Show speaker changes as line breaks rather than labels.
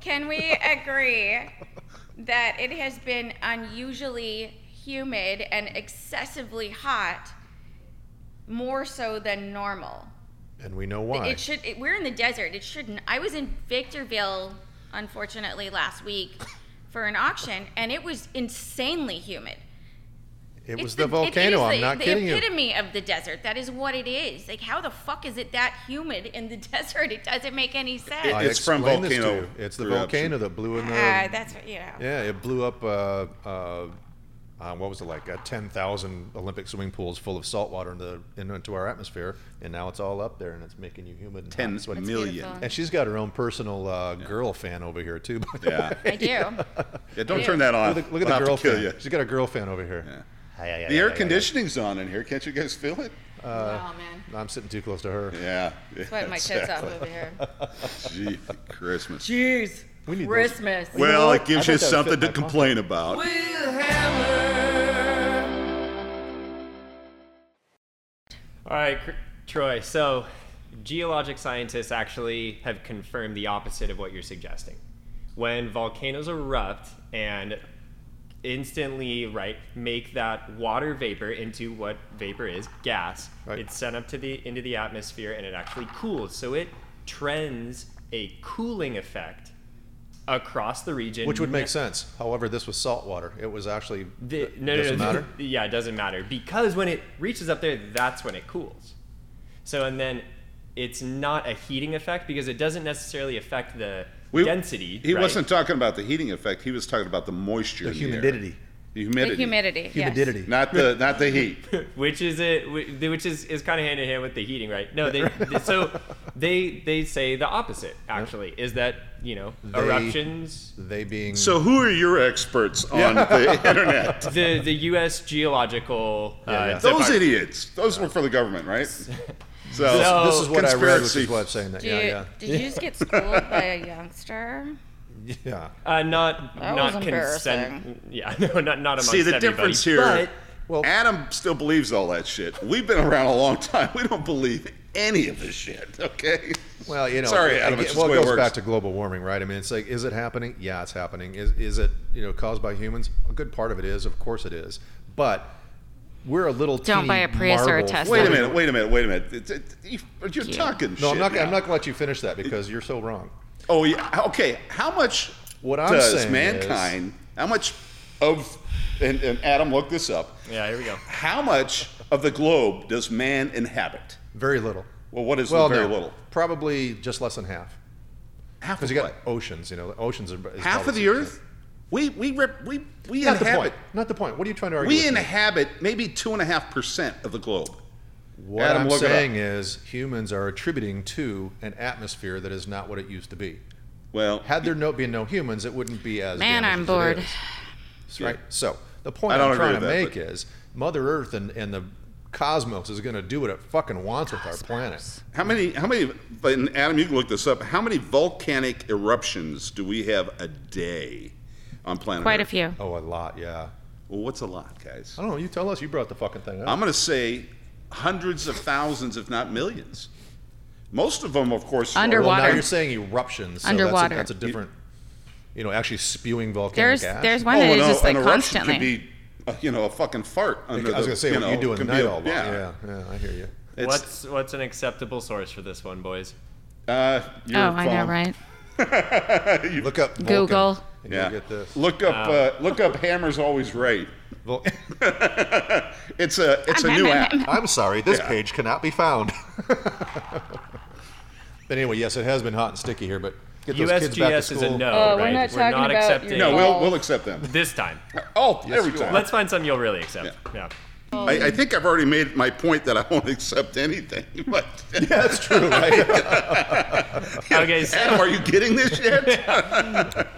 Can we agree that it has been unusually humid and excessively hot, more so than normal?
And we know why.
It should. It, we're in the desert. It shouldn't. I was in Victorville, unfortunately, last week for an auction, and it was insanely humid.
It
It's
was the, volcano.
It is
I'm not
the,
kidding
the
you.
epitome of the desert. That is what it is. Like, how the fuck is it that humid in the desert? It doesn't make any sense.
I
It's from
explained this to
volcano
you. It's the
eruption.
volcano that blew in the.
Ah, that's what you know.
yeah, it blew up. Uh, uh, uh, what was it like? Uh, Ten thousand Olympic swimming pools full of salt water into, into our atmosphere, and now it's all up there, and it's making you humid. And hot
Ten
and sweaty.
million.
beautiful.
And she's got her own personal uh, girl fan over here too. By the
Yeah.
way.
I do.
yeah, don't
Yeah.
turn that on.
Look at, the- look at
I'll
the
have
girl
to kill
fan.
you.
She's got a girl fan over here.
Yeah.
Hi, hi, hi,
The
hi,
air
hi, hi.
conditioning's on in here. Can't you guys feel it?
Uh,
oh man,
I'm sitting too close to her.
Yeah.
sweating my tits off over here.
Gee, Christmas.
Jeez,
We need those.
Christmas.
Well, it
I
gives
thought
you
that would fit
something to
my pocket.
complain about.
All right, Cr- Troy. So, geologic scientists actually have confirmed the opposite of what you're suggesting. When volcanoes erupt and instantly, right, make that water vapor into what vapor is gas.
Right.
It's sent up to the into the atmosphere and it actually cools. So it trends a cooling effect across the region,
Which would make sense. However, this was salt water. It was actually
The,
it
no, no,
doesn't
no,
matter.
Yeah, it doesn't matter because when it reaches up there, that's when it cools. So and then it's not a heating effect because it doesn't necessarily affect the
We-
density.
He
right?
wasn't talking about the heating effect. He was talking about the moisture.
The
in air.
humidity.
The
the
humidity.
humidity. yes.
Humidity.
Not the not the heat.
which is it whi- which is is kind of hand in hand with the heating right no they, they- so they they say the opposite actually is that you know
They-
eruptions
They being
So who are your experts on the internet?
the the US geological uh,
Yeah, yeah.
Those
Depart-
idiots. Those were for the government, right? So,
this is what I read, which
conspiracy.
is why I'm saying that.
Did you,
Yeah,
did you just get schooled by a youngster?
yeah, yeah.
uh, not
That
not
was
consent yeah no not not amongst
See the
everybody,
difference here.
but-
Well-
Adam still believes all that shit. We've been around a long time. We don't believe any of this shit. Okay.
Well, you know,
Sorry,
it-
Adam.
it-
It's just
well,
the
it
way it
goes
works.
back to global warming, right? I mean, it's like, is it happening? Yeah, it's happening. Is is it you know caused by humans? A good part of it is, of course, it is. But we're a little
Don't
teeny
buy a Prius or a
marble-
Tesla.
Wait a minute. Wait a minute. Wait a minute. It's- it- you- You're talking shit.
No, I'm not.
now.
I'm not going to let you finish that because you're so wrong.
Oh yeah. Okay. How much
What I'm
does
saying
mankind? How much of and, and Adam looked this up.
yeah here we go
How much of the globe does man inhabit?
Very little.
Well, what is
Well,
very
no,
little?
Probably just less than half.
Half
Because
of
you got
what?
oceans, you know, the oceans are is
half
probably
of
60%.
the Earth. We we rep, we we
Not the
inhabit.
point. Not the point. What are you trying to argue?
We
with me?
inhabit maybe two and a half percent of the globe.
What
Adam,
I'm
look it up.
saying is humans are attributing to an atmosphere that is not what it used to be.
Well,
Had there no been no humans, it wouldn't be as.
Man,
damaged
I'm
as it
bored.
is. That's Right. So the point
I don't
I'm
agree
trying to
with that,
make
but-
is Mother Earth and, and the cosmos is going to do what it fucking wants with our planet.
how many how many? And Adam, you can look this up. How many volcanic eruptions do we have a day on planet?
Quite a
Earth?
few.
Oh, a lot, yeah.
Well, what's a lot, guys?
I don't know. You tell us. You brought the fucking thing up.
I'm going to say hundreds of thousands, if not millions. Most of them, of course, are-
Underwater.
well, now
Water.
you're saying eruptions. So
Underwater.
That's a, that's a different, you know, actually spewing volcanic
There's
ash.
there's
Oh,
one that is
no,
just like
an eruption
constantly.
Could be, uh, you know, a fucking fart. Under
I was
going to
say
you
what
know,
you do in
could
the
be
night
a-
all
Yeah.
yeah. yeah, I hear you.
It's,
what's what's an acceptable source for this one boys
uh, your
oh, I know,
phone.
right?
You-
Look up Vulcan,
Google.
And
Yeah.
you'll get this.
Look up. Uh, look up. Hammer's always right.
Vul-
It's a. It's a new app.
I'm sorry, this page cannot be found. but anyway, yes, it has been hot and sticky here, but get those kids back to
USGS
school.
is a no,
Oh, we're
right?
not talking about your-
accepting
No, we'll we'll accept them.
this time.
Oh, every
you
time.
Let's find something you'll really accept. Yeah.
I, I think I've already made my point that I won't accept anything. But
That's true, right?
Okay. So,
Adam, are you getting this yet?